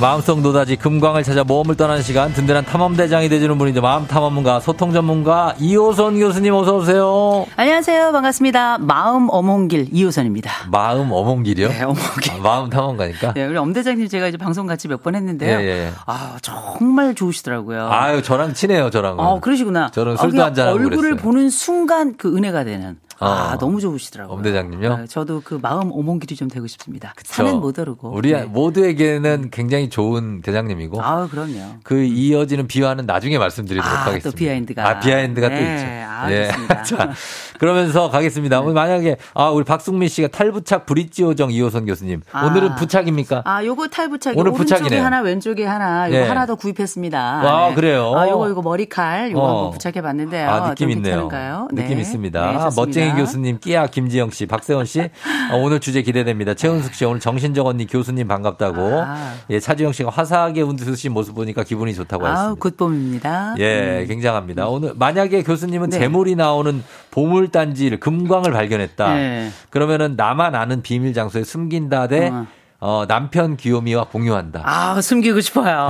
마음속 노다지 금광을 찾아 모험을 떠나는 시간 든든한 탐험대장이 되주는 분이죠 마음 탐험가 소통 전문가 이호선 교수님 어서 오세요 안녕하세요. 반갑습니다. 마음 어몽길 이호선입니다. 마음 어몽길이요? 네, 어몽길. 아, 마음 탐험가니까 네, 우리 엄대장님 제가 이제 방송 같이 몇 번 했는데요. 예, 예, 예. 아, 정말 좋으시더라고요. 아유 저랑 친해요 저랑 은 어, 그러시구나. 저는 아, 술도 그냥 한잔하고 얼굴을 그랬어요. 보는 순간 그 은혜가 되는. 아, 어. 너무 좋으시더라고요. 엄대장님요? 네, 저도 그 마음 어몽길이 좀 되고 싶습니다. 산은 못 오르고. 우리 아, 뭐. 네. 모두에게는 굉장히 좋은 대장님이고 아우, 그럼요. 그 이어지는 비화는 나중에 말씀드리도록 아, 또 하겠습니다. 비하인드가. 아, 비하인드가 또 네, 있죠. 아, 좋습니다. 네. 자, 그러면서 가겠습니다. 오늘 만약에, 아, 우리 박승민 씨가 탈부착 브릿지 요정 이호선 교수님. 아. 오늘은 부착입니까? 아, 요거 탈부착이 오늘 오른쪽에 부착이네요. 하나 왼쪽에 하나 요거 예. 하나 더 구입했습니다. 아, 그래요? 아, 요거 이거 머리칼 요거 어. 한번 부착해 봤는데요. 아, 느낌 있네요. 괜찮은가요? 느낌 네. 네, 있습니다. 아, 좋습니다. 멋쟁이 교수님, 끼야 김지영 씨, 박세원 씨. 어, 오늘 주제 기대됩니다. 최은숙 씨, 오늘 정신적 언니 교수님 반갑다고. 아. 예, 차지영 씨가 화사하게 웃으신 모습 보니까 기분이 좋다고 아우, 하셨습니다. 굿봄입니다. 음. 예, 굉장합니다. 오늘 만약에 교수님은 네. 재물이 나오는 보물 단지를 금광을 발견했다. 네. 그러면은 나만 아는 비밀 장소에 숨긴다 대 어. 어, 남편 귀요미와 공유한다. 아, 숨기고 싶어요.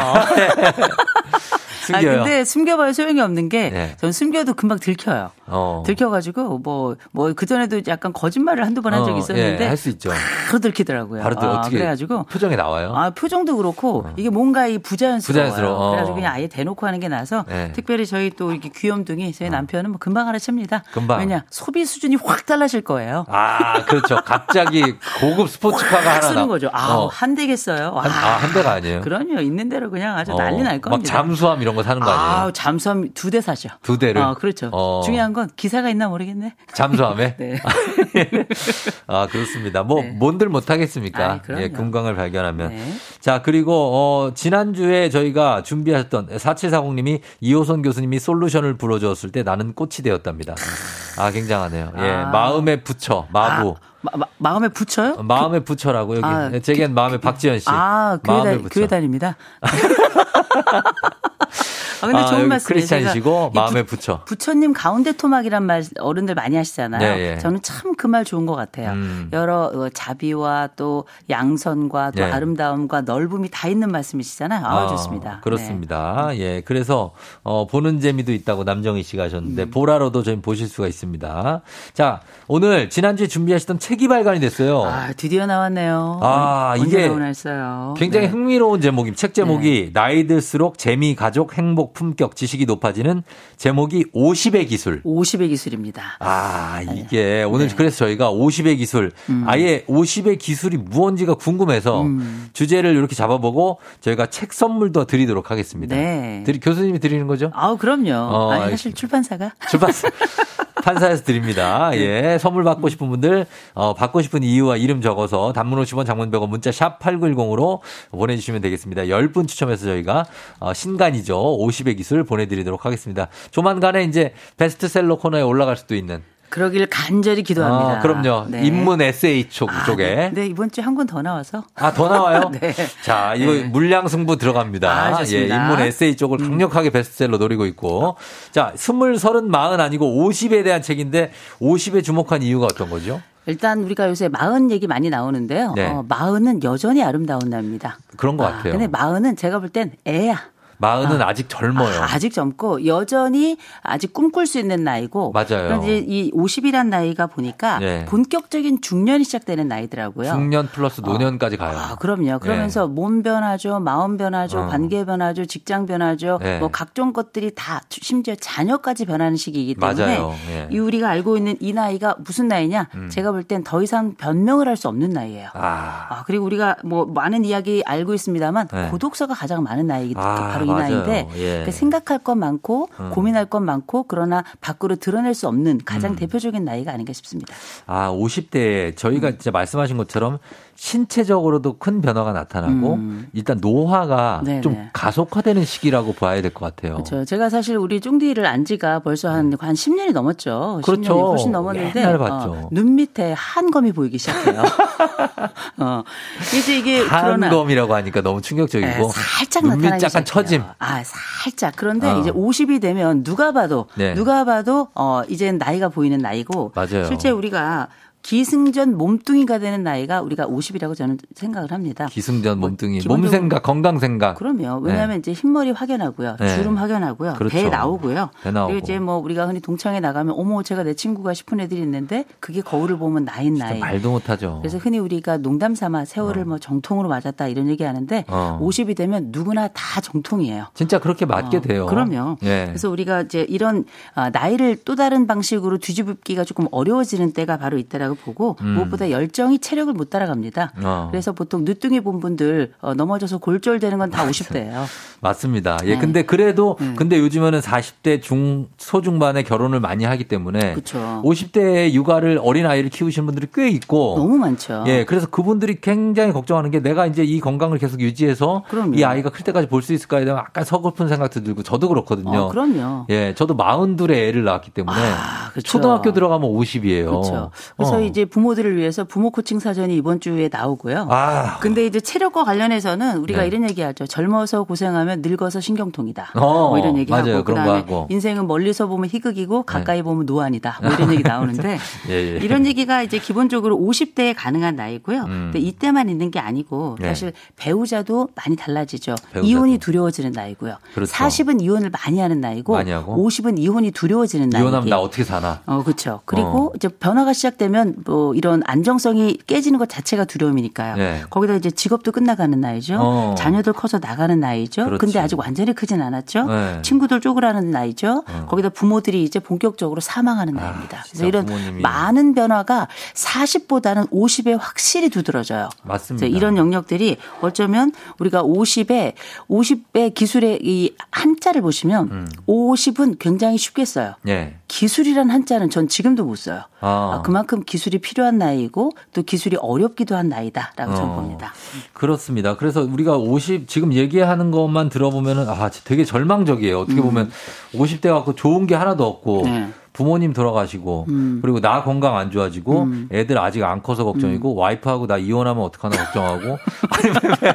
아, 숨겨요. 근데 숨겨봐야 소용이 없는 게, 네. 전 숨겨도 금방 들켜요. 어. 들켜가지고, 뭐, 뭐, 그전에도 약간 거짓말을 한두 번 한 적이 어, 있었는데, 예, 할수 있죠. 바로 들키더라고요. 바로 들- 아, 어떻게 그래가지고, 표정에 나와요? 아, 표정도 그렇고 이게 뭔가 이 부자연스러워요. 부자연스러워. 어. 그래가지고 그냥 아예 대놓고 하는 게 나서 네. 특별히 저희 또 이렇게 귀염둥이 저희 남편은 뭐 금방 알아챕니다. 어. 금방. 왜냐 소비 수준이 확 달라질 거예요. 아, 그렇죠. 갑자기 고급 스포츠카가 확 하나 쓰는 나- 거죠. 아, 어. 한 대겠어요. 와. 한, 아, 한 대가 아니에요. 그럼요. 있는 대로 그냥 아주 난리 어, 날 겁니다. 막 잠수함 이런 거 사는 거 아니에요? 아, 잠수함 두 대 사죠. 두 대를? 아, 그렇죠. 어. 중요한 건 기사가 있나 모르겠네. 잠수함에? 네. 아, 그렇습니다. 뭐, 네. 뭔들 못하겠습니까? 아이, 그럼요. 예, 금광을 발견하면. 네. 자, 그리고, 어, 지난주에 저희가 준비하셨던 4740님이 이호선 교수님이 솔루션을 불어주었을 때 나는 꽃이 되었답니다. 아, 굉장하네요. 예, 아. 마음의 부처, 마부. 마- 마- 마음에 붙여요? 마음의 부처라고 여기 아, 제겐 마음의 박지현 씨. 아, 교회, 마음의 다, 교회 다닙니다. 아, 근데 아, 여기 좋은 말씀이에요. 크리스찬이시고 제가 이 마음의 부- 부처. 부처님 가운데 토막이란 말 어른들 많이 하시잖아요. 예, 예. 저는 참 그 말 좋은 것 같아요. 음. 여러 어, 자비와 또 양선과 또 예. 아름다움과 넓음이 다 있는 말씀이시잖아요. 아, 좋습니다. 네. 그렇습니다. 예, 그래서 어, 보는 재미도 있다고 남정희 씨가 하셨는데 음. 보라로도 저희 보실 수가 있습니다. 자, 오늘 지난주에 준비하시던 책이 발간이 됐어요. 네. 아, 드디어 나왔네요. 아, 언제 이게 나오나 했어요. 굉장히 네. 흥미로운 제목임. 책 제목이 나이 들수록 재미, 가족, 행복, 품격, 지식이 높아지는 제목이 50의 기술. 50의 기술입니다. 아, 이게 오늘 그래서 저희가 50의 기술, 아예 50의 기술이 무언지가 궁금해서 주제를 이렇게 잡아보고 저희가 책 선물도 드리도록 하겠습니다. 네. 드리- 교수님이 드리는 거죠? 아우, 그럼요. 어, 아니, 사실 알겠습니다. 출판사가 출판사. 판사에서 드립니다. 예. 선물 받고 싶은 분들, 어, 받고 싶은 이유와 이름 적어서 단문 50원 장문 100원 문자 샵8910으로 보내주시면 되겠습니다. 10분 추첨해서 저희가, 어, 신간이죠. 50의 기술 보내드리도록 하겠습니다. 조만간에 이제 베스트셀러 코너에 올라갈 수도 있는. 그러길 간절히 아, 기도합니다. 그럼요. 네. 입문 에세이 쪽, 쪽에. 네, 이번 주에 한 권 더 나와서. 아, 더 나와요? 네. 자, 이거 물량 승부 들어갑니다. 아, 좋습니다. 음. 예, 인문 에세이 쪽을 강력하게 베스트셀러 노리고 있고. 자, 스물, 서른, 마흔 아니고 50에 대한 책인데 50에 주목한 이유가 어떤 거죠? 일단 우리가 요새 마흔 얘기 많이 나오는데요. 네. 어, 마흔은 여전히 아름다운 나이입니다. 그런 것 아, 같아요. 근데 마흔은 제가 볼 땐 애야. 마흔은 아. 직 젊어요. 아, 직 젊고 여전히 아직 꿈꿀 수 있는 나이고 맞아요. 그런데 이 50이란 나이가 보니까 예. 본격적인 중년이 시작되는 나이더라고요. 중년 플러스 노년까지 가요. 아, 그럼요. 그러면서 몸 변화죠, 마음 변화죠, 예. 어. 관계 변화죠, 직장 변화죠, 예. 뭐 각종 것들이 다 심지어 자녀까지 변하는 시기이기 때문에 맞아요. 예. 음. 이 우리가 알고 있는 이 나이가 무슨 나이냐? 제가 볼 땐 더 이상 변명을 할 수 없는 나이예요. 아. 아, 그리고 우리가 뭐 많은 이야기 알고 있습니다만 네. 고독사가 가장 많은 나이기 때 아, 바로 이 맞아요. 나이인데 예. 음. 그러니까 생각할 것 많고 고민할 것 많고 그러나 밖으로 드러낼 수 없는 음. 가장 대표적인 나이가 아닌가 싶습니다. 아, 50대에 음. 저희가 진짜 말씀하신 것처럼 신체적으로도 큰 변화가 나타나고 일단 노화가 음. 네네. 좀 가속화되는 시기라고 봐야 될 것 같아요. 그렇죠. 제가 사실 우리 쫑디를 안 지가 벌써 한, 한 10년이 넘었죠. 네. 그렇죠. 10년이 훨씬 넘었는데 옛날에 봤죠. 어, 눈 밑에 한검이 보이기 시작해요. 어. 이제 이게 그러나 한검이라고 하니까 너무 충격적이고 네, 살짝 눈밑 나타나기 약간 시작해요. 처짐. 아, 살짝. 그런데 어. 이제 50이 되면 누가 봐도 네. 누가 봐도 어 이젠 나이가 보이는 나이고 맞아요. 실제 우리가 기승전 몸뚱이가 되는 나이가 우리가 50이라고 저는 생각을 합니다. 기승전 몸뚱이, 기본적으로- 몸 생각, 건강 생각. 그럼요. 왜냐하면 이제 흰머리 확연하고요. 네. 주름 확연하고요. 그렇죠. 배 나오고요. 배 나오고. 그리고 이제 뭐 우리가 흔히 동창회 나가면 어머 제가 내 친구가 싶은 애들이 있는데 그게 거울을 보면 나인 진짜 나이. 말도 못하죠. 그래서 흔히 우리가 농담 삼아 세월을 뭐 정통으로 맞았다 이런 얘기 하는데 어. 50이 되면 누구나 다 정통이에요. 진짜 그렇게 맞게 어, 돼요. 그럼요. 예. 그래서 우리가 이제 이런 아, 나이를 또 다른 방식으로 뒤집기가 조금 어려워지는 때가 바로 있다라고 보고 음. 무엇보다 열정이 체력을 못 따라갑니다. 어. 그래서 보통 늦둥이 본 분들 어, 넘어져서 골절되는 건 다 50대예요. 맞습니다. 예, 네. 근데 그래도 음. 근데 요즘에는 40대 중 소중반에 결혼을 많이 하기 때문에 그쵸. 50대에 육아를 어린 아이를 키우시는 분들이 꽤 있고 너무 많죠. 예, 그래서 그분들이 굉장히 걱정하는 게 내가 이제 이 건강을 계속 유지해서 그럼요. 이 아이가 클 때까지 볼 수 있을까에 대한 약간 서글픈 생각도 들고 저도 그렇거든요. 어, 그럼요. 예, 저도 마흔둘에 애를 낳았기 때문에 아, 그쵸. 초등학교 들어가면 50이에요. 어. 그렇죠. 그래서 이제 부모들을 위해서 부모 코칭 사전이 이번 주에 나오고요. 아, 근데 이제 체력과 관련해서는 우리가 네. 이런 얘기하죠. 젊어서 고생하면 늙어서 신경통이다. 어, 뭐 이런 얘기하고 맞아요. 그런 거 그다음에 하고. 네. 인생은 멀리서 보면 희극이고 가까이 보면 노안이다. 뭐 이런 얘기 나오는데 예, 예. 이런 얘기가 이제 기본적으로 50대에 가능한 나이고요. 근데 이때만 있는 게 아니고 음. 네. 사실 배우자도 많이 달라지죠. 배우자도. 이혼이 두려워지는 나이고요. 그렇죠. 40은 이혼을 많이 하는 나이고 많이 하고. 50은 이혼이 두려워지는 나이예요. 이혼하면 나 어떻게 사나. 어, 그렇죠. 그리고 어. 이제 변화가 시작되면 뭐 이런 안정성이 깨지는 것 자체가 두려움이니까요. 네. 거기다 이제 직업도 끝나가는 나이죠. 어. 자녀들 커서 나가는 나이죠. 그렇지. 근데 아직 완전히 크진 않았죠. 네. 어. 친구들 쪼그라는 나이죠. 거기다 부모들이 이제 본격적으로 사망하는 나이입니다. 아, 진짜 그래서 이런 부모님이. 많은 변화가 40보다는 50에 확실히 두드러져요. 맞습니다. 그래서 이런 영역들이 어쩌면 우리가 50에 50의 기술의 이 한자를 보시면 음. 50은 굉장히 쉽게 써요. 예. 기술이란 한자는 전 지금도 못 써요. 아. 아, 그만큼 기술이 필요한 나이고 또 기술이 어렵기도 한 나이다라고 저는 어. 봅니다. 그렇습니다. 그래서 우리가 50 지금 얘기하는 것만 들어보면은 아 되게 절망적이에요. 어떻게 보면 50대 갖고 좋은 게 하나도 없고 음. 네. 음. 부모님 돌아가시고 그리고 나 건강 안 좋아지고 애들 아직 안 커서 음. 걱정이고 와이프하고 나 이혼하면 어떡하나 걱정하고 아니 왜-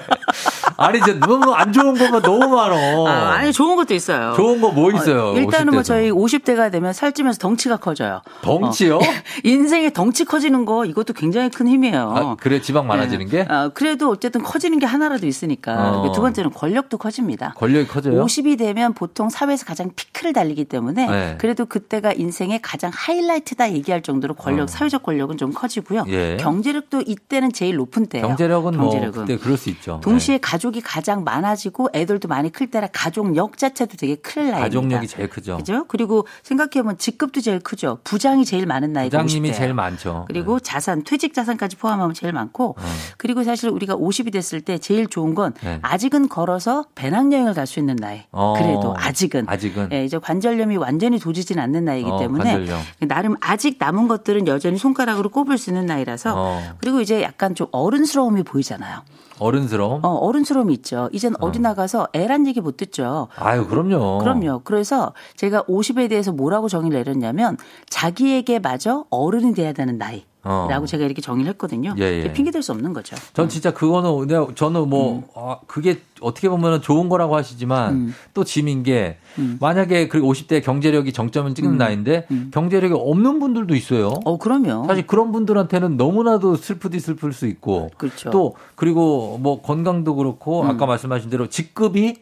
아니 이제 너무 안 좋은 것만 너무 많어. 아, 니 좋은 것도 있어요. 좋은 거 뭐 있어요? 어, 일단은 뭐 50대에서? 저희 50대가 되면 살찌면서 덩치가 커져요. 어. 덩치요? 인생의 덩치 커지는 거 이것도 굉장히 큰 힘이에요. 아, 그래 지방 많아지는 게 아, 그래도 어. 어쨌든 커지는 게 하나라도 있으니까. 그 어. 두 번째는 권력도 커집니다. 권력이 커져요. 50이 되면 보통 사회에서 가장 피크를 달리기 때문에 네. 그래도 그때가 인생의 가장 하이라이트다 얘기할 정도로 권력, 사회적 권력은 좀 커지고요. 어. 예. 경제력도 이때는 제일 높은 때예요. 경제력은 뭐 경제력은. 그때 네. 그럴 수 있죠. 동시에 가족이 가장 많아지고 애들도 많이 클 때라 가족력 자체도 되게 클 네. 나이입니다. 가족력이 제일 크죠. 그죠? 그리고 생각해보면 직급도 제일 크죠. 부장이 제일 많은 나이가 부장님이 50대예요. 제일 많죠. 네. 그리고 자산, 퇴직 자산까지 포함하면 제일 많고 그리고 사실 우리가 50이 됐을 때 제일 좋은 건 네. 아직은 걸어서 배낭여행을 갈 수 있는 나이. 어. 그래도 아직은. 아직은. 예, 이제 관절염이 완전히 도지진 않는 나이이기 어, 때문에 관절염. 나름 아직 남은 것들은 여전히 손가락으로 꼽을 수 있는 나이라서 어. 그리고 이제 약간 좀 어른스러움이 보이잖아요. 어른스러움. 어, 어른스러움이 있죠. 이젠 어디 나가서 애란 얘기 못 듣죠. 아유, 그럼요. 그럼요. 그래서 제가 50에 대해서 뭐라고 정의를 내렸냐면 자기에게 마저 어른이 돼야 되는 나이. 어. 라고 제가 이렇게 정의를 했거든요. 예, 예. 이게 핑계될 수 없는 거죠. 전 진짜 그거는 내가 저는 음. 뭐 아, 그게 어떻게 보면 좋은 거라고 하시지만 또 짐인 게 음. 만약에 그리고 50대 경제력이 정점을 찍는 나이인데 경제력이 없는 분들도 있어요. 어, 그럼요. 사실 그런 분들한테는 너무나도 슬프디 슬플 수 있고 그렇죠. 음. 또 그리고 뭐 건강도 그렇고 아까 말씀하신 대로 직급이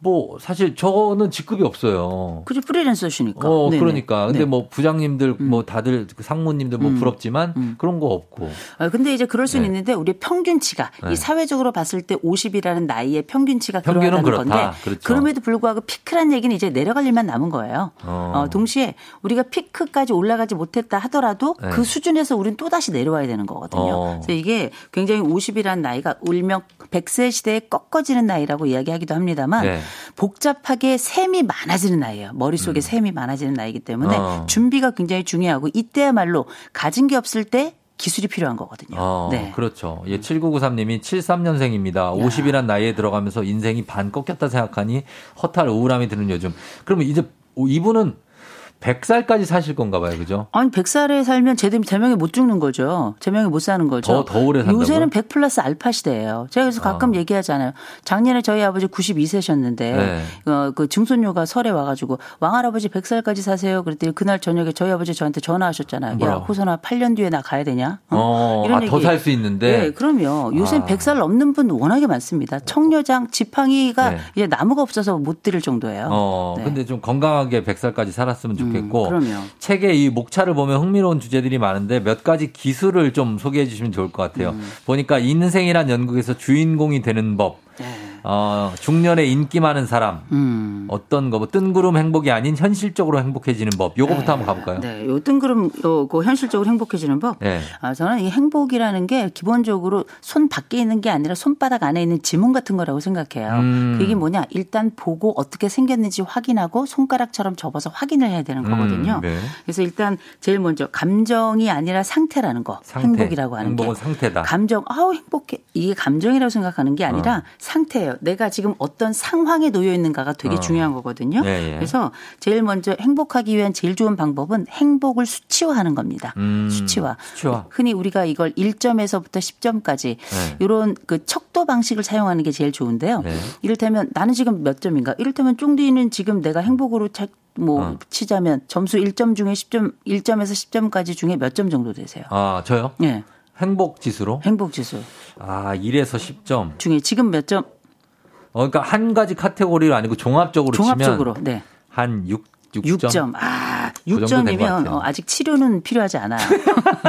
뭐 사실 저는 직급이 없어요. 그죠 프리랜서시니까. 어, 네네. 그러니까. 근데 네. 음. 뭐 부장님들, 뭐 다들 그 상무님들 뭐 부럽지만 그런 거 없고. 아, 근데 이제 그럴 수는 네. 있는데 우리의 평균치가 이 사회적으로 봤을 때 50이라는 나이의 평균치가 평균은 그러하다는 그렇다. 건데 그렇죠. 그럼에도 불구하고 피크란 얘기는 이제 내려갈 일만 남은 거예요. 어. 어, 동시에 우리가 피크까지 올라가지 못했다 하더라도 네. 그 수준에서 우린 또 다시 내려와야 되는 거거든요. 어. 그래서 이게 굉장히 50이라는 나이가 울명 100세 시대에 꺾어지는 나이라고 이야기하기도 합니다만 네. 복잡하게 셈이 많아지는 나이예요. 음. 머릿속에 셈이 많아지는 나이기 때문에 어. 준비가 굉장히 중요하고 이때야말로 가진 게 없을 때 기술이 필요한 거거든요. 어, 네. 그렇죠. 예, 7993님이 73년생입니다. 50이란 나이에 들어가면서 인생이 반 꺾였다 생각하니 허탈 우울함이 드는 요즘. 그러면 이제 이분은 100살까지 사실 건가 봐요. 그죠? 아니 100살에 살면 제대 제명에 못 죽는 거죠. 제명에 못 사는 거죠. 더- 더 오래 산다고요? 요새는 100 플러스 알파 시대예요. 제가 그래서 가끔 얘기하잖아요. 작년에 저희 아버지 92세셨는데 네. 어, 그 증손녀가 설에 와가지고 왕할아버지 100살까지 사세요. 그랬더니 그날 저녁에 저희 아버지 저한테 전화하셨잖아요. 뭐라고? 야 호선아 8년 뒤에 나 가야 되냐? 어, 아, 더 얘기. 살 수 있는데. 네, 그럼요. 요새 아. 는 100살 넘는 분 워낙에 많습니다. 청려장 지팡이가 네. 이제 나무가 없어서 못 들을 정도예요. 어, 뭐. 네. 음, 근데 좀 건강하게 100살까지 살았으면 좋겠고. 그럼요. 책에 이 목차를 보면 흥미로운 주제들이 많은데 몇 가지 기술을 좀 소개해 주시면 좋을 것 같아요. 음. 보니까 인생이란 연극에서 주인공이 되는 법. 네. 어, 중년에 인기 많은 사람. 음. 어떤 거, 뭐, 뜬구름 행복이 아닌 현실적으로 행복해지는 법. 요거부터 한번 가볼까요? 네, 요 뜬구름 요그 현실적으로 행복해지는 법. 네. 아, 저는 이 행복이라는 게 기본적으로 손 밖에 있는 게 아니라 손바닥 안에 있는 지문 같은 거라고 생각해요. 음. 그게 뭐냐? 일단 보고 어떻게 생겼는지 확인하고 손가락처럼 접어서 확인을 해야 되는 음, 거거든요. 네. 그래서 일단 제일 먼저 감정이 아니라 상태라는 거. 상태. 행복이라고 하는 행복은 게. 상태다. 감정, 아우 행복해. 이게 감정이라고 생각하는 게 어. 아니라 상태예요. 내가 지금 어떤 상황에 놓여 있는가가 되게 어. 중요한 거거든요. 예, 예. 그래서 제일 먼저 행복하기 위한 제일 좋은 방법은 행복을 수치화하는 겁니다. 음, 수치화. 수치화. 흔히 우리가 이걸 1점에서부터 10점까지 이런 그 척도 방식을 사용하는 게 제일 좋은데요. 네. 이를테면 나는 지금 몇 점인가? 이를테면 쫑디는 지금 내가 행복으로 차- 뭐 어. 치자면 점수 1점 중에 10점 1점에서 10점까지 중에 몇 점 정도 되세요? 아, 저요? 예. 행복 지수로? 행복 지수 아, 1에서 10점. 중에 지금 몇 점? 어, 그러니까 한 가지 카테고리로 아니고 종합적으로 종합적으로 치면 네. 한 6, 6점. 그 6점. 아, 정도 된것 6점이면 어, 같아요. 아직 치료는 필요하지 않아요.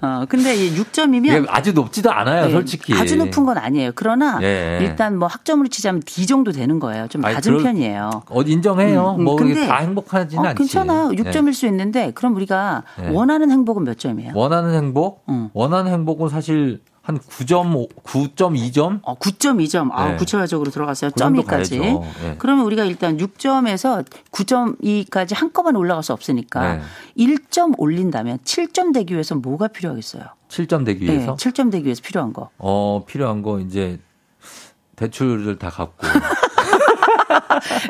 어, 근데 이 6점이면 이게 예, 아주 높지도 않아요, 예, 솔직히. 아주 높은 건 아니에요. 그러나 예. 일단 뭐 학점으로 치자면 D 정도 되는 거예요. 좀 아니, 낮은 그럴- 편이에요. 어, 인정해요. 음, 음, 뭐, 근데- 이게 다 행복하진 어, 않지. 괜찮아요. 네. 6점일 수 있는데 그럼 우리가 네. 원하는 행복은 몇 점이에요? 원하는 행복? 음. 원하는 행복은 사실 한 9.5, 9.2점? 어, 9.2점. 아, 네. 구체화적으로 들어갔어요. 그 정도 점이까지. 가야죠. 예. 그러면 우리가 일단 6점에서 9.2까지 한꺼번에 올라갈 수 없으니까 네. 1점 올린다면 7점 되기 위해서 뭐가 필요하겠어요? 7점 되기 위해서? 네, 7점 되기 위해서 필요한 거. 어, 필요한 거 이제 대출을 다 갚고.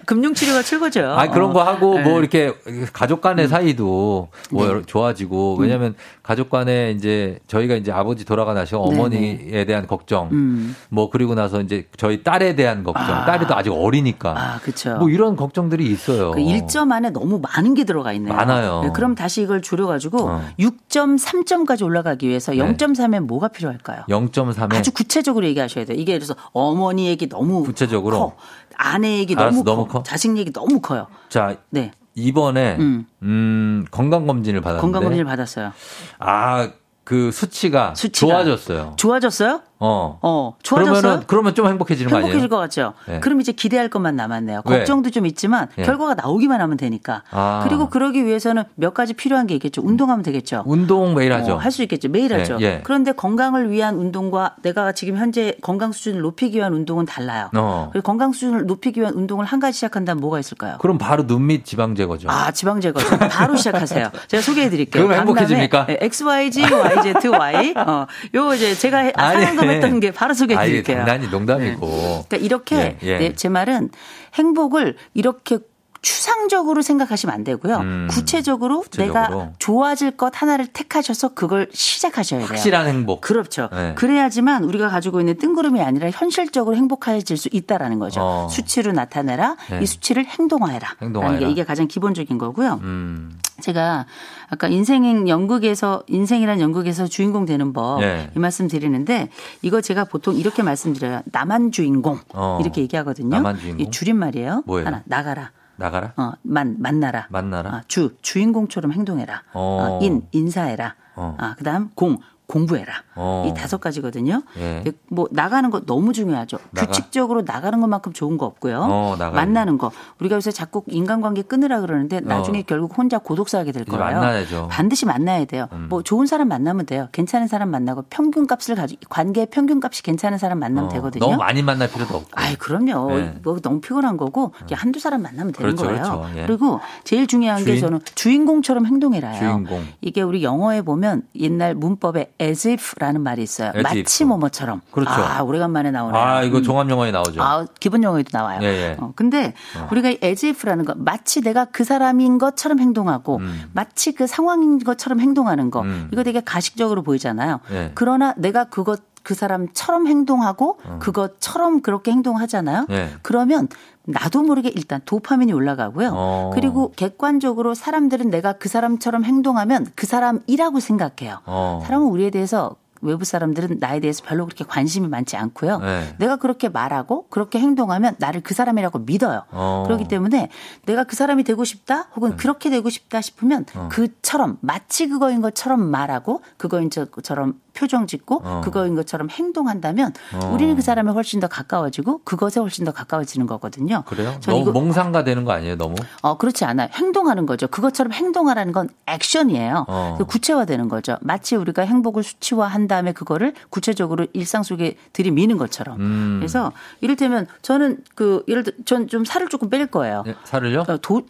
금융치료가 최고죠. 아 그런 거 하고 네. 음. 뭐 이렇게 가족 간의 사이도 뭐 네. 여러- 좋아지고 왜냐하면 가족 간에 이제 저희가 이제 아버지 돌아가나시고 네, 어머니에 대한 걱정 음. 뭐 그리고 나서 이제 저희 딸에 대한 걱정 딸이 또 아직 어리니까 아, 그렇죠. 뭐 이런 걱정들이 있어요. 그 1점 안에 너무 많은 게 들어가 있네요. 많아요. 네, 그럼 다시 이걸 줄여가지고 어. 네. 6.3점까지 올라가기 위해서 0.3에 뭐가 필요할까요? 0.3에 아주 구체적으로 얘기하셔야 돼요. 이게 그래서 어머니 얘기 너무 구체적으로? 커. 아내 얘기 알았어, 너무, 너무 커. 커? 자식 얘기 너무 커요. 자 네. 이번에 음, 음. 건강 검진을 받았는데 건강검진을 받았어요. 아 그 수치가, 수치가. 좋아졌어요. 좋아졌어요? 어. 어, 좋아졌어요? 그러면은 그러면 좀 행복해지는 거 아니에요? 행복해질 것 같죠. 네. 그럼 이제 기대할 것만 남았네요. 왜? 걱정도 좀 있지만 예. 결과가 나오기만 하면 되니까. 아. 그리고 그러기 위해서는 몇 가지 필요한 게 있겠죠. 운동하면 되겠죠. 운동 뭐 매일 하죠. 어, 할 수 있겠죠. 매일 예, 하죠. 예. 그런데 건강을 위한 운동과 내가 지금 현재 건강 수준을 높이기 위한 운동은 달라요. 어. 그리고 건강 수준을 높이기 위한 운동을 한 가지 시작한다면 뭐가 있을까요? 그럼 바로 눈 밑 지방 제거죠. 아, 지방 제거 바로 시작하세요. 제가 소개해 드릴게요. 어. 예, 그럼 행복해집니까? XYG, YZY. 어, 요 이제 제가 해- 아, 아니. 상담했던 게 바로 소개해 아니, 드릴게요. 장난이 농담이고. 그러니까 이렇게 예, 예. 네, 제 말은 행복을 이렇게 추상적으로 생각하시면 안 되고요. 음, 구체적으로, 구체적으로. 내가 좋아질 것 하나를 택하셔서 그걸 시작하셔야 돼요. 확실한 행복. 그렇죠. 네. 그래야지만 우리가 가지고 있는 뜬구름이 아니라 현실적으로 행복해질 수 있다라는 거죠. 어. 수치로 나타내라. 네. 이 수치를 행동화해라. 행동화해라. 라는 게 이게 가장 기본적인 거고요. 음. 제가 아까 인생 연극에서 인생이란 연극에서 주인공 되는 법 이 네. 말씀 드리는데 이거 제가 보통 이렇게 말씀드려요. 나만 주인공 어. 이렇게 얘기하거든요. 나만 주인공? 이 줄임말이에요. 뭐예요? 하나 나가라. 나가라. 어, 만 만나라. 만나라? 아, 주 주인공처럼 행동해라. 어. 어, 인 인사해라. 어. 아, 그다음 공 공부해라. 어. 이 다섯 가지거든요. 예. 뭐 나가는 거 너무 중요하죠. 나가. 규칙적으로 나가는 것만큼 좋은 거 없고요. 어, 나가는 만나는 거. 우리가 요새 자꾸 인간관계 끊으라 그러는데 나중에 어. 결국 혼자 고독사하게 될 이제 거예요. 만나야죠. 음. 반드시 만나야 돼요. 뭐 좋은 사람 만나면 돼요. 괜찮은 사람 만나고 평균값을 가지 관계의 평균값이 괜찮은 사람 만나면 어, 되거든요. 너무 많이 만날 필요도 없고. 아이 그럼요. 네. 뭐 너무 피곤한 거고 이게 한두 사람 만나면 되는 그렇죠, 거예요. 그렇죠. 예. 리고 제일 중요한 게 주인? 저는 주인공처럼 행동해라요. 주인공. 이게 우리 영어에 보면 옛날 문법에 as if라는 말이 있어요. as if. 마치 뭐뭐처럼. 그렇죠. 아 오래간만에 나오네요. 음. 아, 이거 종합 영화에 나오죠. 아, 기본 영어에도 나와요. 예, 예. 어, 근데 우리가 이 as if라는 거 마치 내가 그 사람인 것처럼 행동하고 음. 마치 그 상황인 것처럼 행동하는 거 이거 되게 가식적으로 보이잖아요. 예. 그러나 내가 그것 그 사람처럼 행동하고 그것처럼 그렇게 행동하잖아요. 어. 예. 그러면 나도 모르게 일단 도파민이 올라가고요. 어. 그리고 객관적으로 사람들은 내가 그 사람처럼 행동하면 그 사람이라고 생각해요. 어. 사람은 우리에 대해서 외부 사람들은 나에 대해서 별로 그렇게 관심이 많지 않고요. 네. 내가 그렇게 말하고 그렇게 행동하면 나를 그 사람이라고 믿어요. 어. 그렇기 때문에 내가 그 사람이 되고 싶다 혹은 네. 그렇게 되고 싶다 싶으면 어. 그처럼 마치 그거인 것처럼 말하고 그거인 것처럼 표정 짓고 어. 그거인 것처럼 행동한다면 어. 우리는 그 사람에 훨씬 더 가까워지고 그것에 훨씬 더 가까워지는 거거든요. 그래요? 저는 너무 이거- 몽상가 되는 거 아니에요, 너무? 어, 그렇지 않아요. 행동하는 거죠. 그것처럼 행동하라는 건 액션이에요. 어. 그래서 구체화되는 거죠. 마치 우리가 행복을 수치화한 다음에 그거를 구체적으로 일상 속에 들이미는 것처럼. 음. 그래서 이를테면 저는 그 예를 들어 전 좀 살을 조금 뺄 거예요. 예, 살을요? 어, 도,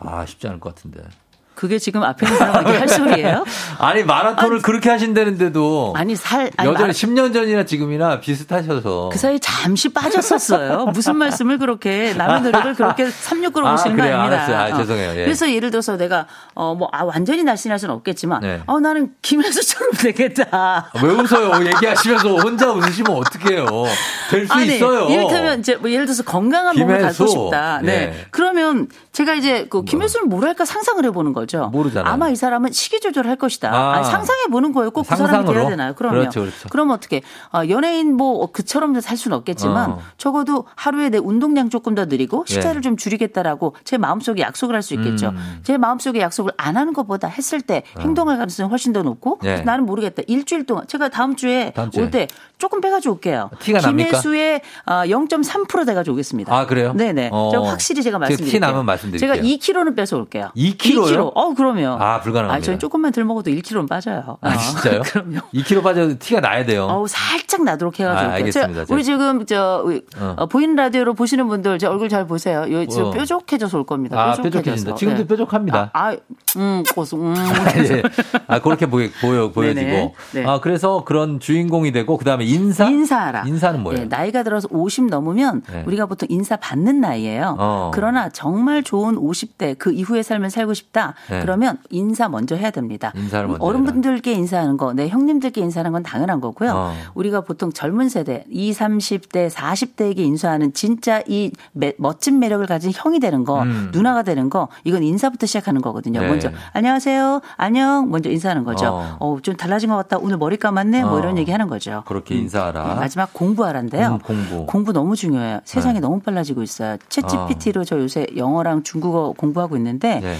아, 쉽지 않을 것 같은데. 그게 지금 앞에 있는 사람에게 할 소리예요? 아니, 마라톤을 그렇게 하신다는데도. 아니 살 아니, 어. 여전히 말- 10년 전이나 지금이나 비슷하셔서. 그 사이 에 잠시 빠졌었어요. 무슨 말씀을 그렇게 남의 노력을 그렇게 삼육으로 아, 보시는 그래요? 거 아닙니다. 알았어요. 아, 죄송해요. 예. 그래서 예를 들어서 내가 어뭐 아, 완전히 날씬할 수는 없겠지만 네. 어 나는 김혜수처럼 되겠다. 아, 왜 웃어요? 얘기하시면서 혼자 웃으시면 어떡해요. 될 수 있어요. 이를테면 이제 뭐 예를 들어서 건강한 몸을 김혜수. 갖고 싶다. 네. 예. 그러면 제가 이제 그 김혜수는 뭘 할까 상상을 해보는 거죠. 모르잖아요. 아마 이 사람은 식이 조절할 것이다. 아. 아니, 상상해보는 거예요. 꼭 그 사람이 상상으로? 돼야 되나요? 그럼요. 그렇죠, 그렇죠. 럼 어떻게 아, 연예인 뭐 그처럼 살 수는 없겠지만 어. 적어도 하루에 내 운동량 조금 더 늘리고 식사를 예. 좀 줄이겠다라고 제 마음속에 약속을 할 수 있겠죠. 제 마음속에 약속을 안 하는 것보다 했을 때 행동할 가능성이 훨씬 더 높고 어. 예. 나는 모르겠다. 일주일 동안 제가 다음 주에 다음 주에. 올 때 조금 빼가지고 올게요. 티가 납니까? 김혜수의 0.3% 돼가지고 오겠습니다. 아, 그래요? 네네. 어. 제가 확실히 제가 제가 티 말씀드릴게요. 나면 말씀드릴게요. 제가 2kg는 빼서 올게요. 2kg 요? 2kg. 어, 그럼요. 아, 불가능합니다. 아, 저는 조금만 덜 먹어도 1kg는 빠져요. 아, 어. 진짜요? 그럼요. 2kg 빠져도 티가 나야 돼요. 어우 살짝 나도록 해가지고 아, 올게요. 제가 알겠습니다. 우리 지금 저 우리, 어. 어, 보이는 라디오로 보시는 분들 제 얼굴 잘 보세요. 요 지금 어. 뾰족해져서 올 겁니다. 아, 뾰족해져서. 뾰족해진다. 지금도 네. 뾰족합니다. 아, 아, 음, 고소. 음. 예. 아, 그렇게 보여, 보여, 네네. 보여지고. 네. 아, 그래서 그런 주인공이 되고, 그 다음에 인사? 인사하라. 인사는 뭐예요? 네, 나이가 들어서 50 넘으면 네. 우리가 보통 인사 받는 나이예요. 어. 그러나 정말 좋은 50대 그 이후의 삶을 살고 싶다. 네. 그러면 인사 먼저 해야 됩니다. 인사를 먼저 어른분들께 인사하는 거, 내 형님들께 인사하는 건 당연한 거고요. 어. 우리가 보통 젊은 세대, 20, 30대, 40대에게 인사하는 진짜 이 매- 멋진 매력을 가진 형이 되는 거, 누나가 되는 거, 이건 인사부터 시작하는 거거든요. 음. 네. 먼저 안녕하세요, 안녕, 먼저 인사하는 거죠. 어. 어, 좀 달라진 것 같다. 오늘 머리 감았네. 어. 뭐 이런 얘기 하는 거죠. 그렇게 인사하라. 네, 마지막 공부하란데요. 음, 아. 공부. 너무 중요해요. 세상이 너무 빨라지고 있어요. 챗GPT로 저 요새 영어랑 중국어 공부하고 있는데 네.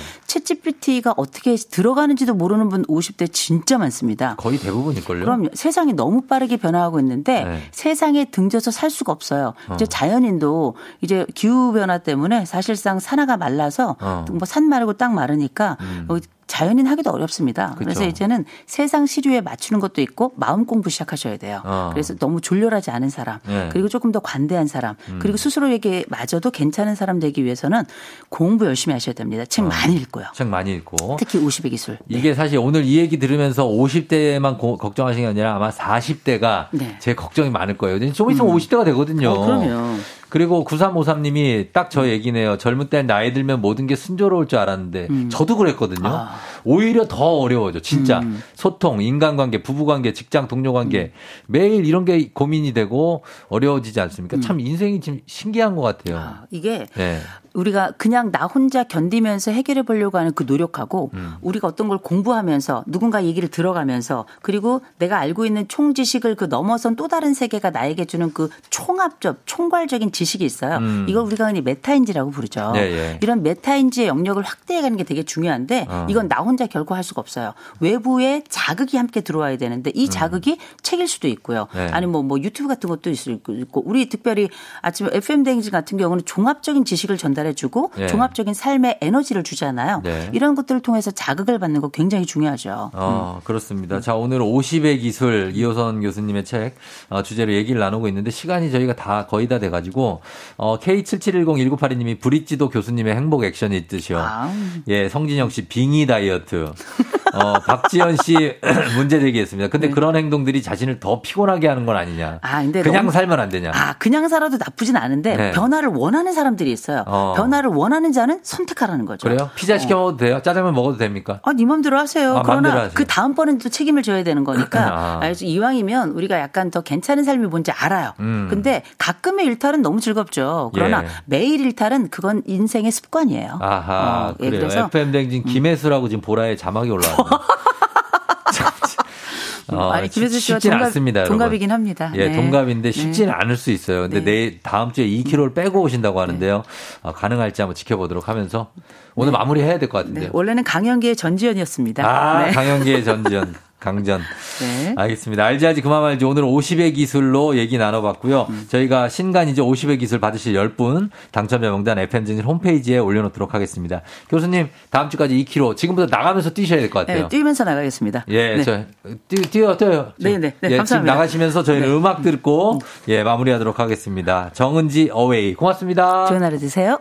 챗GPT가 어떻게 들어가는지도 모르는 분 50대 진짜 많습니다. 거의 대부분일걸요? 그럼요. 세상이 너무 빠르게 변화하고 있는데 네. 세상에 등져서 살 수가 없어요. 이제 자연인도 이제 기후 변화 때문에 사실상 산화가 말라서 어. 음. 뭐 산 마르고 땅 마르니까 뭐 자연인 하기도 어렵습니다. 그래서 그쵸. 이제는 세상 시류에 맞추는 것도 있고 마음 공부 시작하셔야 돼요. 어. 그래서 너무 졸렬하지 않은 사람, 네. 그리고 조금 더 관대한 사람, 음. 그리고 스스로에게 마저도 괜찮은 사람 되기 위해서는 공부 열심히 하셔야 됩니다. 책 많이 읽고요. 책 많이 읽고. 특히 50의 기술. 어. 이게 사실 오늘 이 얘기 들으면서 50대만 걱정하시는 게 아니라 아마 40대가 네. 제 걱정이 많을 거예요. 이제 좀 있으면 50대가 되거든요. 어, 그럼요. 그리고 9353님이 딱 저 얘기네요. 젊은 때 나이 들면 모든 게 순조로울 줄 알았는데 음. 저도 그랬거든요. 아. 오히려 더 어려워져. 진짜 음. 소통, 인간관계, 부부관계, 직장 동료관계 매일 이런 게 음. 고민이 되고 어려워지지 않습니까? 참 인생이 지금 신기한 것 같아요. 이게 네. 우리가 그냥 나 혼자 견디면서 해결해 보려고 하는 그 노력하고 음. 우리가 어떤 걸 공부하면서 누군가 얘기를 들어가면서 그리고 내가 알고 있는 총 지식을 그 넘어선 또 다른 세계가 나에게 주는 그 총합적 총괄적인 지식이 있어요. 이걸 우리가 흔히 메타인지라고 부르죠. 음. 예, 예. 이런 메타인지의 영역을 확대해가는 게 되게 중요한데 어. 이건 나 혼자 결코 할 수가 없어요. 외부의 자극이 함께 들어와야 되는데 음. 이 자극이 책일 수도 있고요. 네. 아니면 뭐, 뭐 유튜브 같은 것도 있을 수 있고 우리 특별히 아침에 FM 댕지 같은 경우는 종합적인 지식을 전달해주고 네. 종합적인 삶의 에너지를 주잖아요. 네. 이런 것들을 통해서 자극을 받는 거 굉장히 중요하죠. 어, 그렇습니다. 자, 오늘 50의 기술 이호선 교수님의 책 어, 주제로 얘기를 나누고 있는데 시간이 저희가 다 거의 다 돼가지고 어, K77101982님이 브릿지도 교수님의 행복 액션이 있듯이요. 아. 예, 성진영 씨 빙의 다이어트. 어, 박지현 씨 문제 제기했습니다. 근데 그런 행동들이 자신을 더 피곤하게 하는 건 아니냐. 네. 아, 근데 그냥 너무- 살면 안 되냐. 아, 그냥 살아도 나쁘진 않은데 네. 변화를 원하는 사람들이 있어요. 어. 변화를 원하는 자는 선택하라는 거죠. 그래요? 피자 시켜 먹어도 돼요? 짜장면 먹어도 됩니까? 아, 네 맘대로 하세요. 아, 그러나 맘대로 하세요. 그 다음번엔 또 책임을 져야 되는 거니까. 아. 알죠? 이왕이면 우리가 약간 더 괜찮은 삶이 뭔지 알아요. 음. 근데 가끔의 일탈은 너무 즐겁죠. 그러나 예. 매일 일탈은 그건 인생의 습관이에요. 아하, 예, 어, 그래요. FM 댕진 김혜수라고 지금 보라에 자막이 올라왔네요. 참, 참. 어, 아니, 김혜수 씨와 쉽진 동갑- 않습니다, 동갑이긴 여러분. 합니다. 예, 네. 동갑인데 쉽지는 네. 않을 수 있어요. 근데 네. 내일 다음 주에 2kg를 빼고 오신다고 하는데요. 어, 가능할지 한번 지켜보도록 하면서 오늘 마무리 해야 될 것 네, 같은데요. 원래는 강연계의 전지현이었습니다. 아, 네. 강연계의 전지현, 강전. 네. 알겠습니다. 알지 알지 그만 말지 오늘 50의 기술로 얘기 나눠봤고요. 음. 저희가 신간이죠. 50의 기술 받으실 10분 당첨자 명단 FM진일 홈페이지에 올려놓도록 하겠습니다. 교수님 다음 주까지 2kg 지금부터 나가면서 뛰셔야 될 것 네, 같아요. 뛰면서 나가겠습니다. 예, 네. 저 뛰, 뛰어 뛰어요. 네, 네, 네, 예, 지금 감사합니다. 네. 음. 나가시면서 저희는 음악 듣고 예 마무리하도록 하겠습니다. 정은지 어웨이 고맙습니다. 좋은 하루 되세요.